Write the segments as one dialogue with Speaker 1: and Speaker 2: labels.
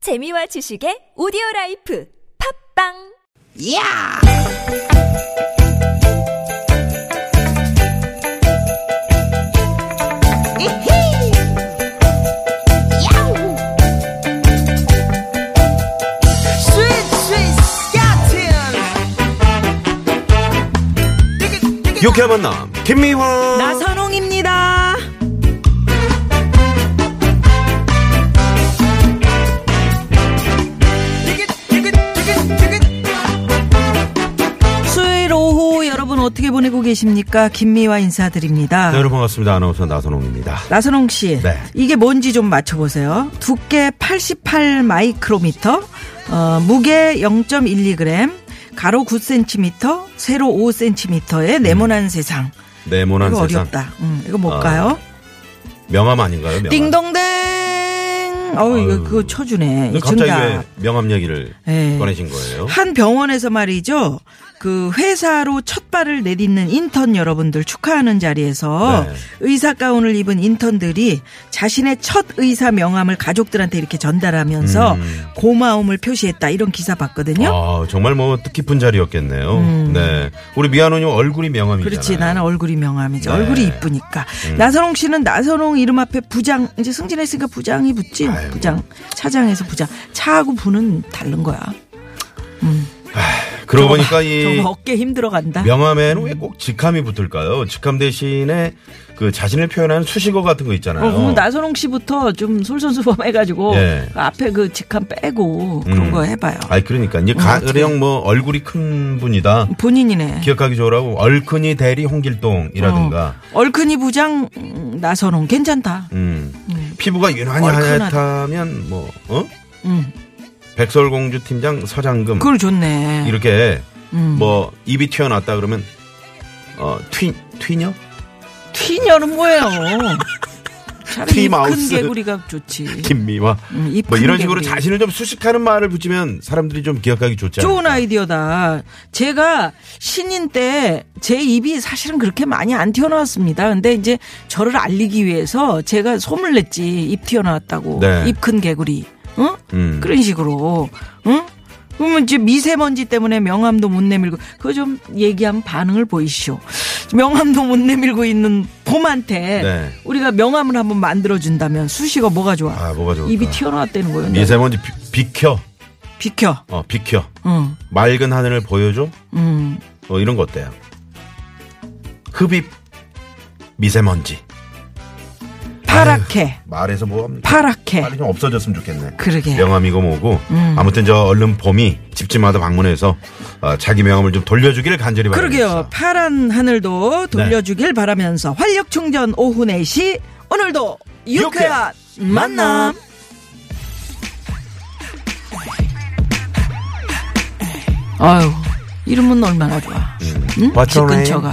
Speaker 1: 재미와 지식의 오디오 라이프 팝빵
Speaker 2: 야! 이히! 야우! 스윗, 스윗, 야틴!
Speaker 3: 유쾌한 만남 김미화
Speaker 4: 나선홍입니다. 수요일 오후 여러분 어떻게 보내고 계십니까? 김미화 인사드립니다.
Speaker 3: 네, 여러분 반갑습니다 아나운서 나선홍입니다
Speaker 4: 나선홍 씨,
Speaker 3: 네.
Speaker 4: 이게 뭔지 좀 맞춰보세요. 두께 88 마이크로미터, 어, 무게 0.12g, 가로 9cm, 세로 5cm의 네모난 세상.
Speaker 3: 음. 네모난
Speaker 4: 이거
Speaker 3: 세상 아,
Speaker 4: 어렵다. 음, 이거 뭘까요?
Speaker 3: 명함 아닌가요 명함
Speaker 4: 띵동댕. 어우 이거
Speaker 3: 아유.
Speaker 4: 그거 쳐주네.
Speaker 3: 근데
Speaker 4: 이
Speaker 3: 갑자기
Speaker 4: 정답.
Speaker 3: 왜 명함 얘기를
Speaker 4: 예.
Speaker 3: 꺼내신 거예요
Speaker 4: 한 병원에서 말이죠. 그 회사로 첫 발을 내딛는 인턴 여러분들 축하하는 자리에서
Speaker 3: 네.
Speaker 4: 의사 가운을 입은 인턴들이 자신의 첫 의사 명함을 가족들한테 이렇게 전달하면서
Speaker 3: 음.
Speaker 4: 고마움을 표시했다 이런 기사 봤거든요. 음.
Speaker 3: 아, 정말 뭐 뜻깊은 자리였겠네요 네 우리 미아노님 얼굴이 명함이잖아요
Speaker 4: 그렇지 나는 얼굴이 명함이지
Speaker 3: 네. 음.
Speaker 4: 얼굴이 이쁘니까 나선홍 씨는 나선홍 이름 앞에 부장 이제 승진했으니까 부장이 붙지
Speaker 3: 아이고.
Speaker 4: 부장 차장에서 부장 차하고 부는 다른 거야
Speaker 3: 그러고 보니까 이
Speaker 4: 정말 어깨 힘들어 간다
Speaker 3: 명함에는 왜 꼭 직함이 붙을까요 직함 대신에 그 자신을 표현하는 수식어 같은 거 있잖아요
Speaker 4: 어, 그럼 나선홍 씨부터 좀 솔선수범해가지고
Speaker 3: 예.
Speaker 4: 그 앞에 그 직함 빼고 그런
Speaker 3: 음.
Speaker 4: 거 해봐요.
Speaker 3: 아니 그러니까 이제 가령 뭐 얼굴이 큰 분이다
Speaker 4: 본인이네.
Speaker 3: 기억하기 좋으라고 얼큰이 대리 홍길동이라든가
Speaker 4: 어, 얼큰이 부장 음, 나선홍 괜찮다.
Speaker 3: 음. 피부가 유난히
Speaker 4: 네. 얼큰하다.
Speaker 3: 하얗다면 뭐 어?
Speaker 4: 음,
Speaker 3: 백설공주 팀장 서장금
Speaker 4: 그걸 좋네.
Speaker 3: 이렇게
Speaker 4: 음.
Speaker 3: 뭐 입이 튀어나왔다 그러면 어튀 튀녀
Speaker 4: 튀녀는 뭐예요? 차라리 큰
Speaker 3: 티마우스.
Speaker 4: 개구리가 좋지.
Speaker 3: 김미화
Speaker 4: 음, 이
Speaker 3: 뭐
Speaker 4: 큰
Speaker 3: 이런 식으로
Speaker 4: 개구리.
Speaker 3: 자신을 좀 수식하는 말을 붙이면 사람들이 좀 기억하기 좋지 않을까?
Speaker 4: 좋은 아이디어다. 제가 신인 때 제 입이 사실은 그렇게 많이 안 튀어나왔습니다. 근데 이제 저를 알리기 위해서 제가 소문 냈지. 입 튀어나왔다고.
Speaker 3: 네.
Speaker 4: 입 큰 개구리. 응?
Speaker 3: 음.
Speaker 4: 그런 식으로. 응? 그러면 이제 미세먼지 때문에 명함도 못 내밀고 그거 좀 얘기하면 반응을 보이시오. 명함도 못 내밀고 있는 봄한테
Speaker 3: 네.
Speaker 4: 우리가 명함을 한번 만들어 준다면 수식어 뭐가 좋아?
Speaker 3: 아 뭐가 좋을까
Speaker 4: 입이 튀어나왔다는 거예요.
Speaker 3: 미세먼지 비, 켜
Speaker 4: 비켜.
Speaker 3: 어 비켜
Speaker 4: 응.
Speaker 3: 맑은 하늘을 보여줘
Speaker 4: 음.
Speaker 3: 어 이런 거 어때요 흡입 미세먼지
Speaker 4: 파랗게.
Speaker 3: 말해서 뭐합니까
Speaker 4: 파랗게.
Speaker 3: 빨리 좀 없어졌으면 좋겠네.
Speaker 4: 그러게.
Speaker 3: 명함이고 뭐고
Speaker 4: 음.
Speaker 3: 아무튼 저 얼른 봄이 집집마다 방문해서 어, 자기 명함을 좀 돌려주기를 간절히
Speaker 4: 그러게요.
Speaker 3: 바랍니다.
Speaker 4: 파란
Speaker 3: 네.
Speaker 4: 하늘도 돌려주길 바라면서 활력 충전 오후 4시 오늘도 유쾌한 만남. 아유, 이름은 얼마나 좋아.
Speaker 3: 음.
Speaker 4: 응?
Speaker 3: What's
Speaker 4: 음? 집
Speaker 3: your name?
Speaker 4: 근처가.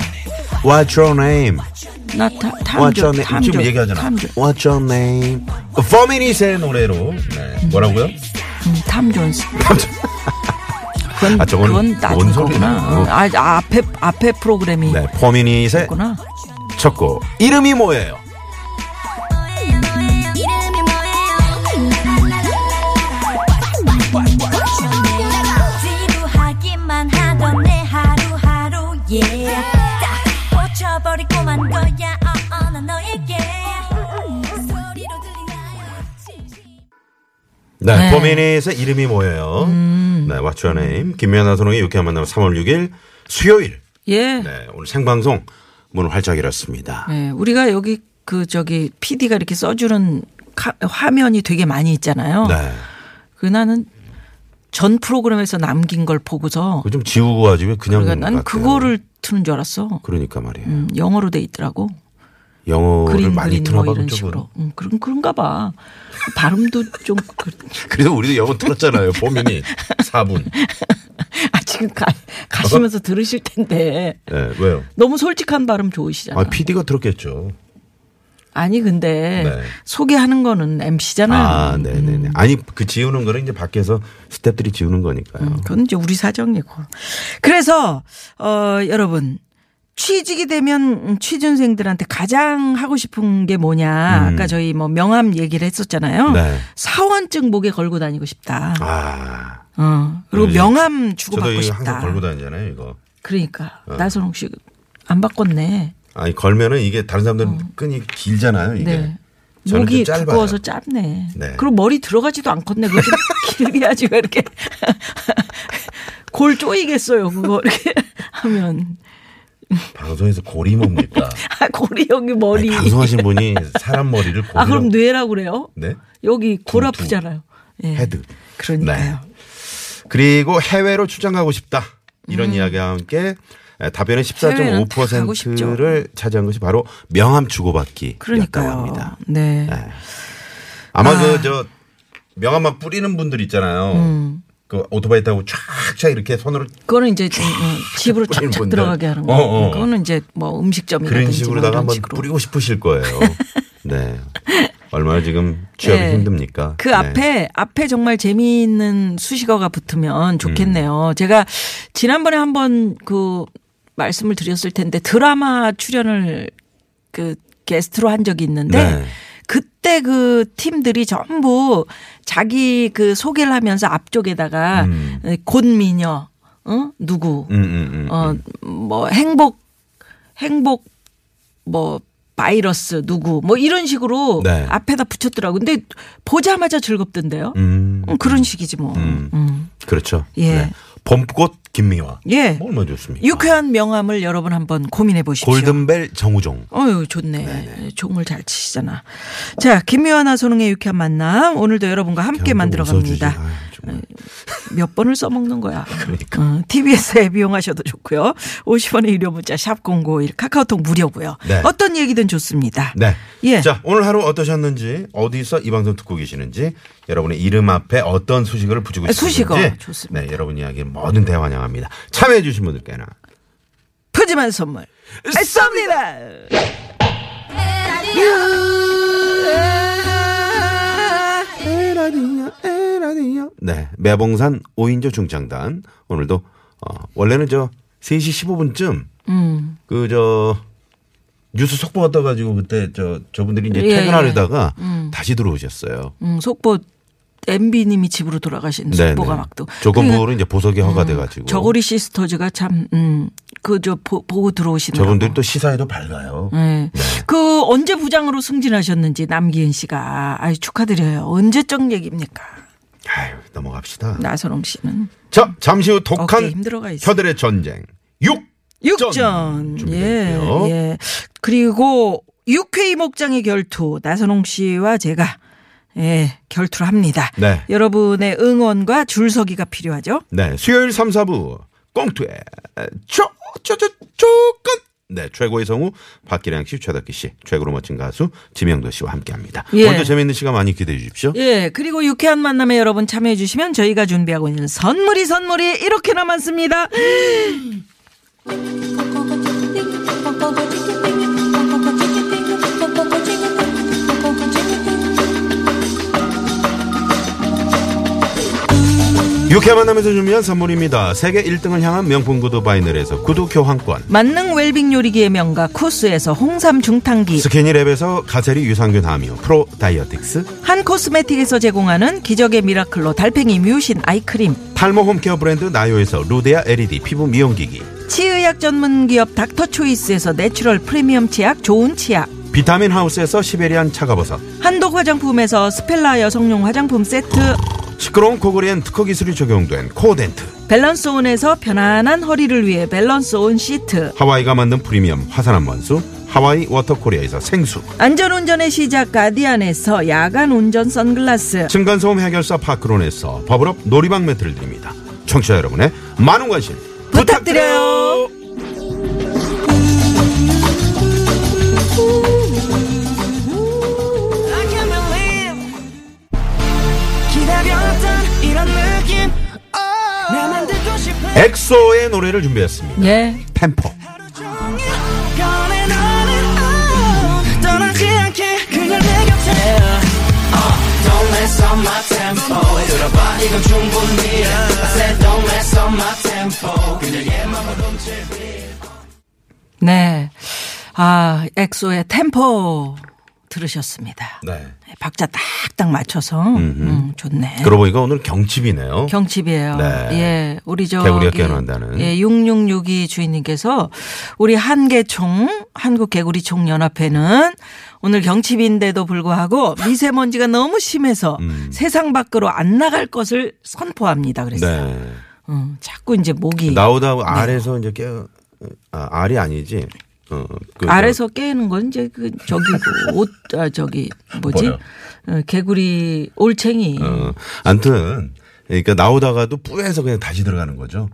Speaker 3: What's your name?
Speaker 4: 나 타, 탐
Speaker 3: What's
Speaker 4: 조
Speaker 3: your name? 지금 얘기하잖아. What's your name? 포미닛의 노래로 네. 뭐라고요?
Speaker 4: 음, 탐존스. 그건,
Speaker 3: 아, 저건
Speaker 4: 그건 나중
Speaker 3: 뭔 소리냐.
Speaker 4: 거구나. 아, 아, 앞에, 앞에 프로그램이
Speaker 3: 네, 포미닛의
Speaker 4: 있구나.
Speaker 3: 첫 곡. 이름이 뭐예요?
Speaker 5: 지루하기만 하던 내 하루하루 yeah. 딱 꽂혀버릴 꼬만 거야 어, 어, 난 너에게 소리로 들리나요 진심
Speaker 3: 네,
Speaker 4: 네. 음.
Speaker 3: 포미닛의 이름이 뭐예요? 네, What's your name? 김미아나 선홍의 유쾌한 만남 3월 6일 수요일.
Speaker 4: 예.
Speaker 3: 네, 오늘 생방송 문을 활짝 열었습니다.
Speaker 4: 네, 우리가 여기 그 저기 PD가 이렇게 써주는 카- 화면이 되게 많이 있잖아요.
Speaker 3: 네.
Speaker 4: 그 나는 전 프로그램에서 남긴 걸 보고서
Speaker 3: 그좀 지우고 하지 왜 그냥
Speaker 4: 그러니까 난
Speaker 3: 같아요.
Speaker 4: 그거를 트는 줄 알았어.
Speaker 3: 그러니까 말이에요.
Speaker 4: 음, 영어로 돼 있더라고.
Speaker 3: 영어를
Speaker 4: 그림
Speaker 3: 많이
Speaker 4: 그림
Speaker 3: 틀어
Speaker 4: 뭐
Speaker 3: 봐
Speaker 4: 이런
Speaker 3: 그쪽은.
Speaker 4: 식으로. 음, 그런 그런가 봐. 발음도 좀 그,
Speaker 3: 그래서 우리도 영어 틀었잖아요. 보면이 4분. 네,
Speaker 4: 아, 지금 가, 가시면서 들으실 텐데
Speaker 3: 예, 왜요?
Speaker 4: 너무 솔직한 발음 좋으시잖아.
Speaker 3: 아, PD가 들었겠죠.
Speaker 4: 아니 근데
Speaker 3: 네.
Speaker 4: 소개하는 거는 MC잖아요.
Speaker 3: 아, 네, 네, 네. 아니 그 지우는 거는 이제 밖에서 스탭들이
Speaker 4: 음.
Speaker 3: 지우는 거니까요.
Speaker 4: 그건 이제 우리 사정이고. 그래서, 어, 여러분, 취직이 되면 취준생들한테 가장 하고 싶은 게 뭐냐. 아까 저희 뭐 명함 얘기를 했었잖아요.
Speaker 3: 음. 네.
Speaker 4: 사원증 목에 걸고 다니고 싶다.
Speaker 3: 아.
Speaker 4: 어. 그리고
Speaker 3: 네.
Speaker 4: 명함 주고
Speaker 3: 저도
Speaker 4: 받고
Speaker 3: 이거
Speaker 4: 싶다.
Speaker 3: 항상 걸고 다니잖아요, 어. 이거.
Speaker 4: 그러니까 나선홍 씨 안 바꿨네.
Speaker 3: 아니, 걸면은 이게 다른 사람들은 끈이 길잖아요, 이게.
Speaker 4: 음. 네.
Speaker 3: 저는 좀
Speaker 4: 목이
Speaker 3: 짧아요.
Speaker 4: 두꺼워서 짧네.
Speaker 3: 네.
Speaker 4: 그리고 머리 들어가지도 않겠네. 그렇게 길게 하지 왜 이렇게 골 쪼이겠어요. 그거 이렇게 하면
Speaker 3: 방송에서 고리 뭡니까?
Speaker 4: 아, 골이 여기
Speaker 3: 아니,
Speaker 4: 머리.
Speaker 3: 방송하신 분이 사람 머리를 고리로
Speaker 4: 아 그럼 뇌라고 그래요?
Speaker 3: 네.
Speaker 4: 여기
Speaker 3: 두,
Speaker 4: 골
Speaker 3: 네.
Speaker 4: 아프잖아요. 예.
Speaker 3: 헤드.
Speaker 4: 그러니까요.
Speaker 3: 그리고 해외로 출장 가고 싶다. 이런 이야기와 함께 답변의
Speaker 4: 음. 해외는 다 가고 싶죠.
Speaker 3: 14.5%를 차지한 것이 바로 명함 주고받기.
Speaker 4: 그러니까요.
Speaker 3: 합니다.
Speaker 4: 네.
Speaker 3: 아마 그 저 명함만 뿌리는 분들 있잖아요. 그 오토바이 타고 촥촥 이렇게 손으로
Speaker 4: 그거는 음. 이제 좀, 어, 집으로
Speaker 3: 뿌리는
Speaker 4: 착착
Speaker 3: 분들.
Speaker 4: 들어가게 하는 거.
Speaker 3: 어, 어, 어.
Speaker 4: 그거는 이제 뭐 음식점이라든지
Speaker 3: 그런
Speaker 4: 뭐
Speaker 3: 식으로다가
Speaker 4: 이런
Speaker 3: 한번
Speaker 4: 식으로.
Speaker 3: 뿌리고 싶으실 거예요. 네. 얼마나 지금 취업이
Speaker 4: 네.
Speaker 3: 힘듭니까?
Speaker 4: 그
Speaker 3: 네.
Speaker 4: 앞에 앞에 정말 재미있는 수식어가 붙으면 좋겠네요.
Speaker 3: 음.
Speaker 4: 제가 지난번에 한번 그 말씀을 드렸을 텐데 드라마 출연을 그 게스트로 한 적이 있는데
Speaker 3: 네.
Speaker 4: 그때 그 팀들이 전부 자기 그 소개를 하면서 앞쪽에다가
Speaker 3: 음.
Speaker 4: 곧 미녀, 어 누구,
Speaker 3: 음, 음, 음.
Speaker 4: 어 뭐 행복 행복 뭐 바이러스 누구 뭐 이런 식으로
Speaker 3: 네.
Speaker 4: 앞에다 붙였더라고. 근데 보자마자 즐겁던데요.
Speaker 3: 음.
Speaker 4: 음, 그런 식이지 뭐.
Speaker 3: 음.
Speaker 4: 음.
Speaker 3: 그렇죠.
Speaker 4: 예.
Speaker 3: 네. 봄꽃 김미화.
Speaker 4: 예.
Speaker 3: 뭐 얼마나 좋습니까?
Speaker 4: 유쾌한 명함을 여러분 한번 고민해 보십시오.
Speaker 3: 골든벨 정우종.
Speaker 4: 어유 좋네. 종을 잘 치시잖아. 자, 김미화나 소능의 유쾌한 만남 오늘도 여러분과 함께 만들어
Speaker 3: 웃어주지.
Speaker 4: 갑니다.
Speaker 3: 아유, 정말.
Speaker 4: 몇 번을 써먹는 거야.
Speaker 3: 그러니까.
Speaker 4: 어, TBS 앱 이용하셔도 좋고요. 50원의 유료 문자 샵 #051 카카오톡 무료고요.
Speaker 3: 네.
Speaker 4: 어떤 얘기든 좋습니다.
Speaker 3: 네.
Speaker 4: 예.
Speaker 3: 자, 오늘 하루 어떠셨는지, 어디서 이 방송 듣고 계시는지, 여러분의 이름 앞에 어떤 수식어를 붙이고
Speaker 4: 아,
Speaker 3: 계시는지.
Speaker 4: 수식어. 좋습니다.
Speaker 3: 네, 여러분 이야기 뭐든 대환영합니다. 참여해주신 분들께나.
Speaker 4: 푸짐한 선물 쏩니다.
Speaker 3: 네. 매봉산 오인조 중창단. 오늘도, 어, 원래는 저 3시 15분쯤,
Speaker 4: 음.
Speaker 3: 그, 저, 뉴스 속보가 떠가지고 그때 저, 저분들이 이제
Speaker 4: 예, 음. 예.
Speaker 3: 퇴근하려다가 다시 들어오셨어요.
Speaker 4: 음, 속보 MB님이 집으로 돌아가신
Speaker 3: 네,
Speaker 4: 속보가
Speaker 3: 네.
Speaker 4: 막 또. 그 음,
Speaker 3: 조건부로 이제 보석이 허가돼가지고.
Speaker 4: 저고리 시스터즈가 참, 음, 그저 보고 들어오시는.
Speaker 3: 저분들이 또 시사에도 밝아요.
Speaker 4: 네. 그 언제 부장으로 승진하셨는지 남기은 씨가 아유 축하드려요. 언제적 얘기입니까?
Speaker 3: 아유, 넘어갑시다.
Speaker 4: 나선홍 씨는
Speaker 3: 자, 잠시 후 독한
Speaker 4: 네. 어깨에 힘들어가 있어.
Speaker 3: 혀들의 전쟁. 6!
Speaker 4: 육전 예.
Speaker 3: 준비됐고요.
Speaker 4: 예. 그리고 육회이 목장의 결투 나선홍 씨와 제가 예, 결투를 합니다.
Speaker 3: 네.
Speaker 4: 여러분의 응원과 줄서기가 필요하죠.
Speaker 3: 네, 수요일 3, 4부. 꽁투에 쪼, 쪼, 쪼, 쪼건. 네, 최고의 성우 박기량 씨, 최덕기 씨, 최고로 멋진 가수 지명도 씨와 함께합니다.
Speaker 4: 예.
Speaker 3: 오늘도 재밌는 시간 많이 기대해 주십시오.
Speaker 4: 예, 그리고 유쾌한 만남에 여러분 참여해 주시면 저희가 준비하고 있는 선물이 선물이 이렇게나 많습니다.
Speaker 3: 유쾌한 만남에서 준비한 선물입니다. 세계 1등을 향한 명품 구두 바이널에서 구두 교환권.
Speaker 4: 만능 웰빙 요리기의 명가 쿠스에서 홍삼 중탕기,
Speaker 3: 스키니랩에서 가세리 유산균 함유 프로 다이어틱스
Speaker 4: 한 코스메틱에서 제공하는 기적의 미라클로 달팽이 뮤신 아이크림,
Speaker 3: 탈모 홈케어 브랜드 나요에서 루데아 LED 피부 미용기기
Speaker 4: 치의학 전문 기업 닥터 초이스에서 내추럴 프리미엄 치약 좋은 치약,
Speaker 3: 비타민 하우스에서 시베리안 차가버섯
Speaker 4: 한독 화장품에서 스펠라 여성용 화장품 세트,
Speaker 3: 시끄러운 코골이엔 특허 기술이 적용된 코덴트
Speaker 4: 밸런스온에서 편안한 허리를 위해 밸런스온 시트,
Speaker 3: 하와이가 만든 프리미엄 화산암 원수 하와이 워터코리아에서 생수
Speaker 4: 안전운전의 시작 가디안에서 야간 운전 선글라스,
Speaker 3: 층간소음 해결사 파크론에서 버블업 놀이방 매트를 드립니다 청취자 여러분의 많은 관심 부탁드려요.
Speaker 4: 부탁드려요.
Speaker 2: I can't believe 기다렸던 이런 느낌 나 만들고 싶은
Speaker 3: 엑소의 노래를 준비했습니다
Speaker 4: 예,
Speaker 3: 템포
Speaker 2: 하루 종일 꺼내 너는 oh, 떠나지 않게 그냥 내 곁에
Speaker 4: 네. 아, 엑소의 템포 들으셨습니다.
Speaker 3: 네.
Speaker 4: 박자 딱딱 맞춰서 음, 좋네.
Speaker 3: 그러고 보니까 오늘 경칩이네요.
Speaker 4: 경칩이에요.
Speaker 3: 네.
Speaker 4: 예. 우리 저
Speaker 3: 개구리가 깨어난다는.
Speaker 4: 예, 6662 주인님께서 우리 한개총 한국 개구리총 연합회는 오늘 경칩인데도 불구하고 미세먼지가 너무 심해서
Speaker 3: 음.
Speaker 4: 세상 밖으로 안 나갈 것을 선포합니다. 그랬어요.
Speaker 3: 네.
Speaker 4: 음, 자꾸 이제 목이
Speaker 3: 나오다 알에서 이제 깨, 아, 알이 아니지. 어, 그
Speaker 4: 알에서 깨는 건 이제 그 저기고 옷 아, 저기 뭐지?
Speaker 3: 뭐요?
Speaker 4: 어, 개구리 올챙이
Speaker 3: 어, 암튼 그러니까 나오다가도 뿌에서 그냥 다시 들어가는 거죠.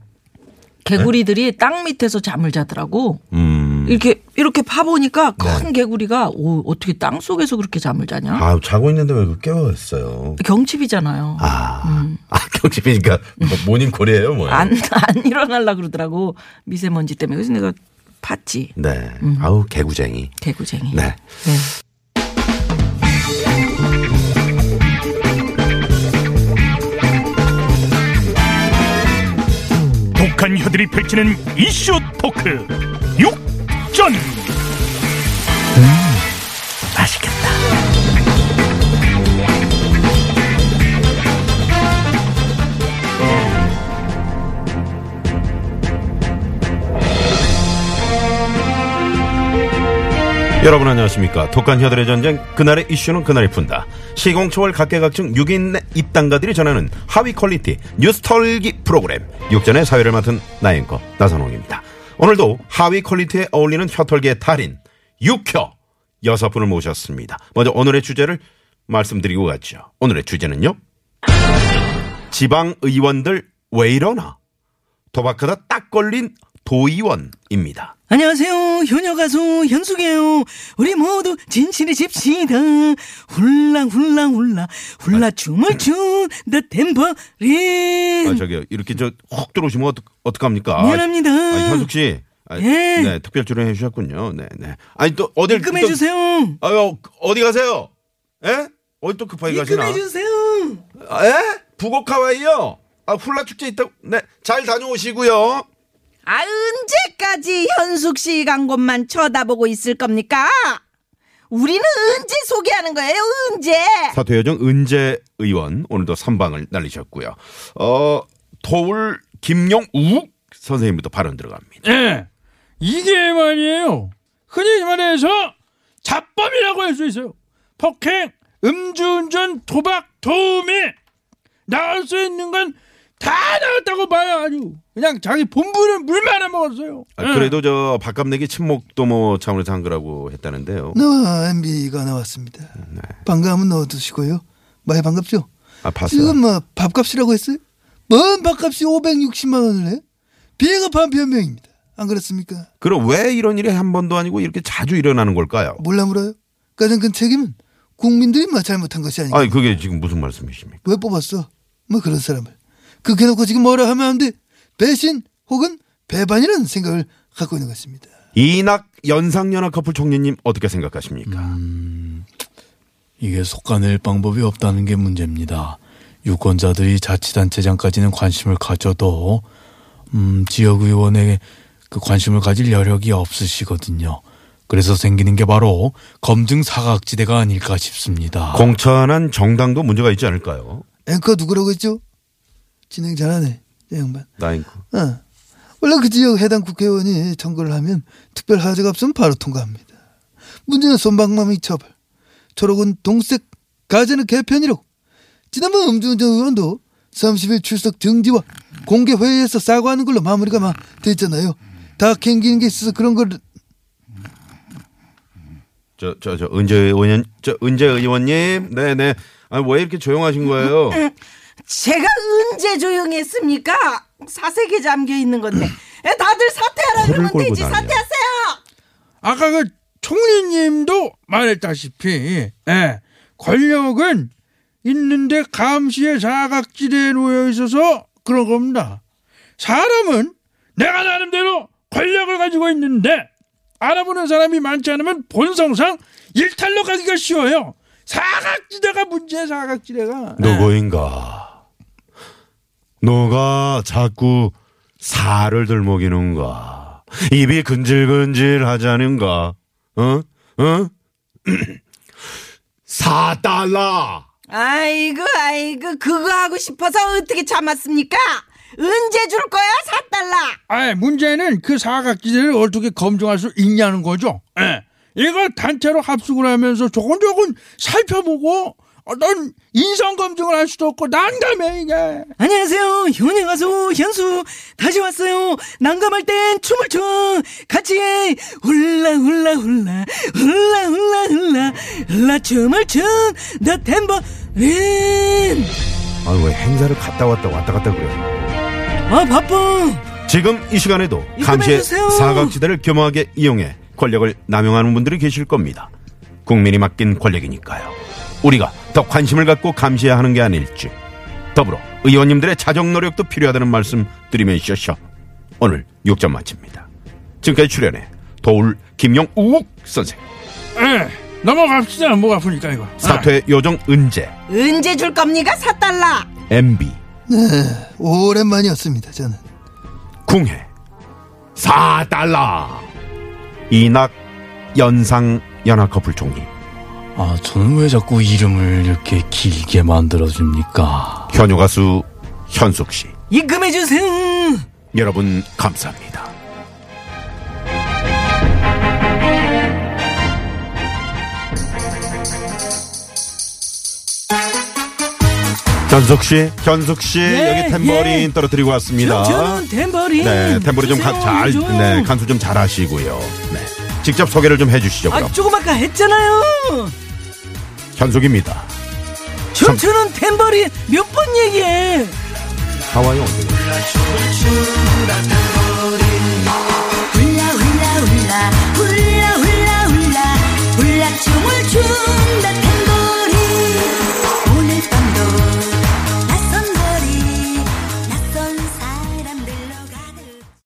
Speaker 4: 개구리들이 땅 밑에서 잠을 자더라고.
Speaker 3: 음. 네.
Speaker 4: 이렇게 이렇게 파보니까 큰 개구리가 오, 어떻게 땅 속에서 그렇게 잠을 자냐?
Speaker 3: 아 자고 있는데 왜 그 깨웠어요?
Speaker 4: 경칩이잖아요.
Speaker 3: 아, 아 경칩이니까 뭐 모닝콜이에요, 뭐예요?
Speaker 4: 안 안 일어날라 그러더라고 미세먼지 때문에 그래서 내가 봤지
Speaker 3: 네. 아우 개구쟁이.
Speaker 4: 개구쟁이.
Speaker 3: 네.
Speaker 6: 북한 혀들이 펼치는 이슈 토크 육전 음,
Speaker 4: 맛있겠다.
Speaker 3: 여러분 안녕하십니까? 독한 혀들의 전쟁 그날의 이슈는 그날이 푼다. 시공 초월 각계각층 6인 네, 입당가들이 전하는 하위 퀄리티 뉴스 털기 프로그램 육전의 사회를 맡은 나앵커 나선홍입니다. 오늘도 하위 퀄리티에 어울리는 혀털기의 달인 육혀 여섯 분을 모셨습니다. 먼저 오늘의 주제를 말씀드리고 갔죠. 오늘의 주제는요. 지방 의원들 왜 이러나 도박하다 딱 걸린 도의원입니다.
Speaker 4: 안녕하세요. 효녀 가수 현숙이에요. 우리 모두 진실의 집시다. 훌랑 훌랑 훌라 훌라 춤을 춘다 템퍼린.
Speaker 3: 아, 저기요. 이렇게 저 훅 들어오시면 어떡, 어떡합니까?
Speaker 4: 음. 미안합니다.
Speaker 3: 아, 현숙 씨. 아,
Speaker 4: 예.
Speaker 3: 네, 특별 출연해 주셨군요. 네, 네. 아니 또 어딜
Speaker 4: 입금해 주세요.
Speaker 3: 아유, 어디 가세요? 예? 어디 또 급하게 가시나?
Speaker 4: 입금해 주세요.
Speaker 3: 아, 예? 북옥 하와이요. 아, 훌라 축제 있다고. 네. 잘 다녀오시고요.
Speaker 7: 아, 언제까지 현숙 씨 광고만 쳐다보고 있을 겁니까? 우리는 언제 소개하는 거예요, 언제?
Speaker 3: 사퇴여정 은재 의원 오늘도 선방을 날리셨고요. 어, 도울 김용욱 선생님부터 발언 들어갑니다.
Speaker 6: 예 이게 말이에요 흔히 말해서 잡범이라고 할 수 있어요 폭행 음주운전 도박 도우미 나올 수 있는 건 다 나왔다고 봐요 아주 그냥 자기 본분을 물만 안 먹었어요
Speaker 3: 아,
Speaker 4: 네.
Speaker 3: 그래도 저 밥값내기 친목도 뭐 차원에서 한 거라고 했다는데요.
Speaker 4: 네.
Speaker 8: 나와 MB가 나왔습니다. 반가움은 넣어두시고요. 많이 반갑죠?
Speaker 3: 아, 봤어요.
Speaker 8: 지금 뭐 밥값이라고 했어요? 뭔 밥값이 560만 원을 해? 비겁한 변명입니다. 안 그렇습니까?
Speaker 3: 그럼 왜 이런 일이 한 번도 아니고 이렇게 자주 일어나는 걸까요?
Speaker 8: 몰라 물어요? 가장 큰 책임은 국민들이 뭐 잘못한 것이 아니고
Speaker 3: 아니 그게 지금 무슨 말씀이십니까?
Speaker 8: 왜 뽑았어? 뭐 그런 사람을 그렇게 놓고 지금 뭐라 하면 안 돼. 배신 혹은 배반이라는 생각을 갖고 있는 것입니다.
Speaker 3: 이낙 연상연하 커플 총리님 어떻게 생각하십니까?
Speaker 9: 이게 속가낼 방법이 없다는 게 문제입니다. 유권자들이 자치단체장까지는 관심을 가져도 음, 지역 의원에 그 관심을 가질 여력이 없으시거든요. 그래서 생기는 게 바로 검증 사각지대가 아닐까 싶습니다.
Speaker 3: 공천한 정당도 문제가 있지 않을까요?
Speaker 8: 앵커 누구라고 했죠? 진행 잘하네. 이 양반.
Speaker 3: 나인코.
Speaker 8: 어. 원래 그 지역 해당 국회의원이 청구를 하면 특별 하자가 없으면 바로 통과합니다. 문제는 손방망이 처벌, 초록은 동색, 가재는 개편이라고. 지난번 음주운전 의원도 30일 출석 정지와 공개 회의에서 사과하는 걸로 마무리가 막 됐잖아요. 다 캥기는 게 있어서 그런 걸
Speaker 3: 저 저 저 은재 의원 저 은재 의원님 네네 아니 왜 이렇게 조용하신 거예요?
Speaker 7: 제가 언제 조용히 했습니까? 사색에 잠겨 있는 건데. 에, 다들 사퇴하라
Speaker 3: 코를
Speaker 7: 그러면
Speaker 3: 골고
Speaker 7: 되지,
Speaker 3: 난리야.
Speaker 7: 사퇴하세요!
Speaker 6: 아까 그 총리님도 말했다시피 예, 권력은 있는데 감시의 사각지대에 놓여 있어서 그런 겁니다. 사람은 내가 나름대로 권력을 가지고 있는데 알아보는 사람이 많지 않으면 본성상 일탈로 가기가 쉬워요. 사각지대가 문제야 사각지대가.
Speaker 3: 누구인가? 너가 자꾸 살을 들먹이는가? 입이 근질근질하자는가? 어? 어? 사달라.
Speaker 7: 아이고 아이고 그거 하고 싶어서 어떻게 참았습니까? 언제 줄 거야 사달라
Speaker 6: 아, 문제는 그 사각지대를 어떻게 검증할 수 있냐는 거죠. 예. 이거 단체로 합숙을 하면서 조금조금 살펴보고 어, 넌 인성 검증을 할 수도 없고 난감해 이게. 예.
Speaker 4: 안녕하세요. 현에 가수 현수 다시 왔어요. 난감할 땐 춤을 춰 같이 훌라 훌라 훌라 훌라 훌라 훌라 훌라 춤을 춘나 템버린
Speaker 3: 아 왜 행사를 갔다 왔다 왔다 갔다 그래요?
Speaker 4: 아 바빠.
Speaker 3: 지금 이 시간에도 감시의
Speaker 4: 해주세요.
Speaker 3: 사각지대를 겸허하게 이용해 권력을 남용하는 분들이 계실 겁니다. 국민이 맡긴 권력이니까요. 우리가 더 관심을 갖고 감시해야 하는 게 아닐지. 더불어 의원님들의 자정 노력도 필요하다는 말씀 드리면서 오늘 6점 마칩니다. 지금까지 출연해 도울 김영욱 선생,
Speaker 6: 예. 넘어갑시다. 목 아프니까 이거.
Speaker 4: 네.
Speaker 3: 사퇴 요정 은재,
Speaker 7: 언제 줄 겁니까 사달라
Speaker 3: MB,
Speaker 8: 네, 오랜만이었습니다, 저는.
Speaker 3: 궁해 4달러 이낙 연상 연합 커플 총리
Speaker 9: 아, 저는 왜 자꾸 이름을 이렇게 길게 만들어줍니까?
Speaker 3: 현우 가수 현숙 씨
Speaker 4: 입금해 주세요.
Speaker 3: 여러분 감사합니다. 현숙 씨, 현숙 씨
Speaker 4: 예,
Speaker 3: 여기 탬버린
Speaker 4: 예.
Speaker 3: 떨어뜨리고 왔습니다.
Speaker 4: 저는 탬버린.
Speaker 6: 예,
Speaker 3: 네, 탬버린 좀잘 네, 간수 좀 잘하시고요. 네. 직접 소개를 좀 해주시죠. 그럼
Speaker 4: 아 조금 아까 했잖아요.
Speaker 3: 현숙입니다.
Speaker 4: 춤추는 탬버린 몇 번 얘기해.
Speaker 3: 하와이 언제?
Speaker 2: 춤을 추라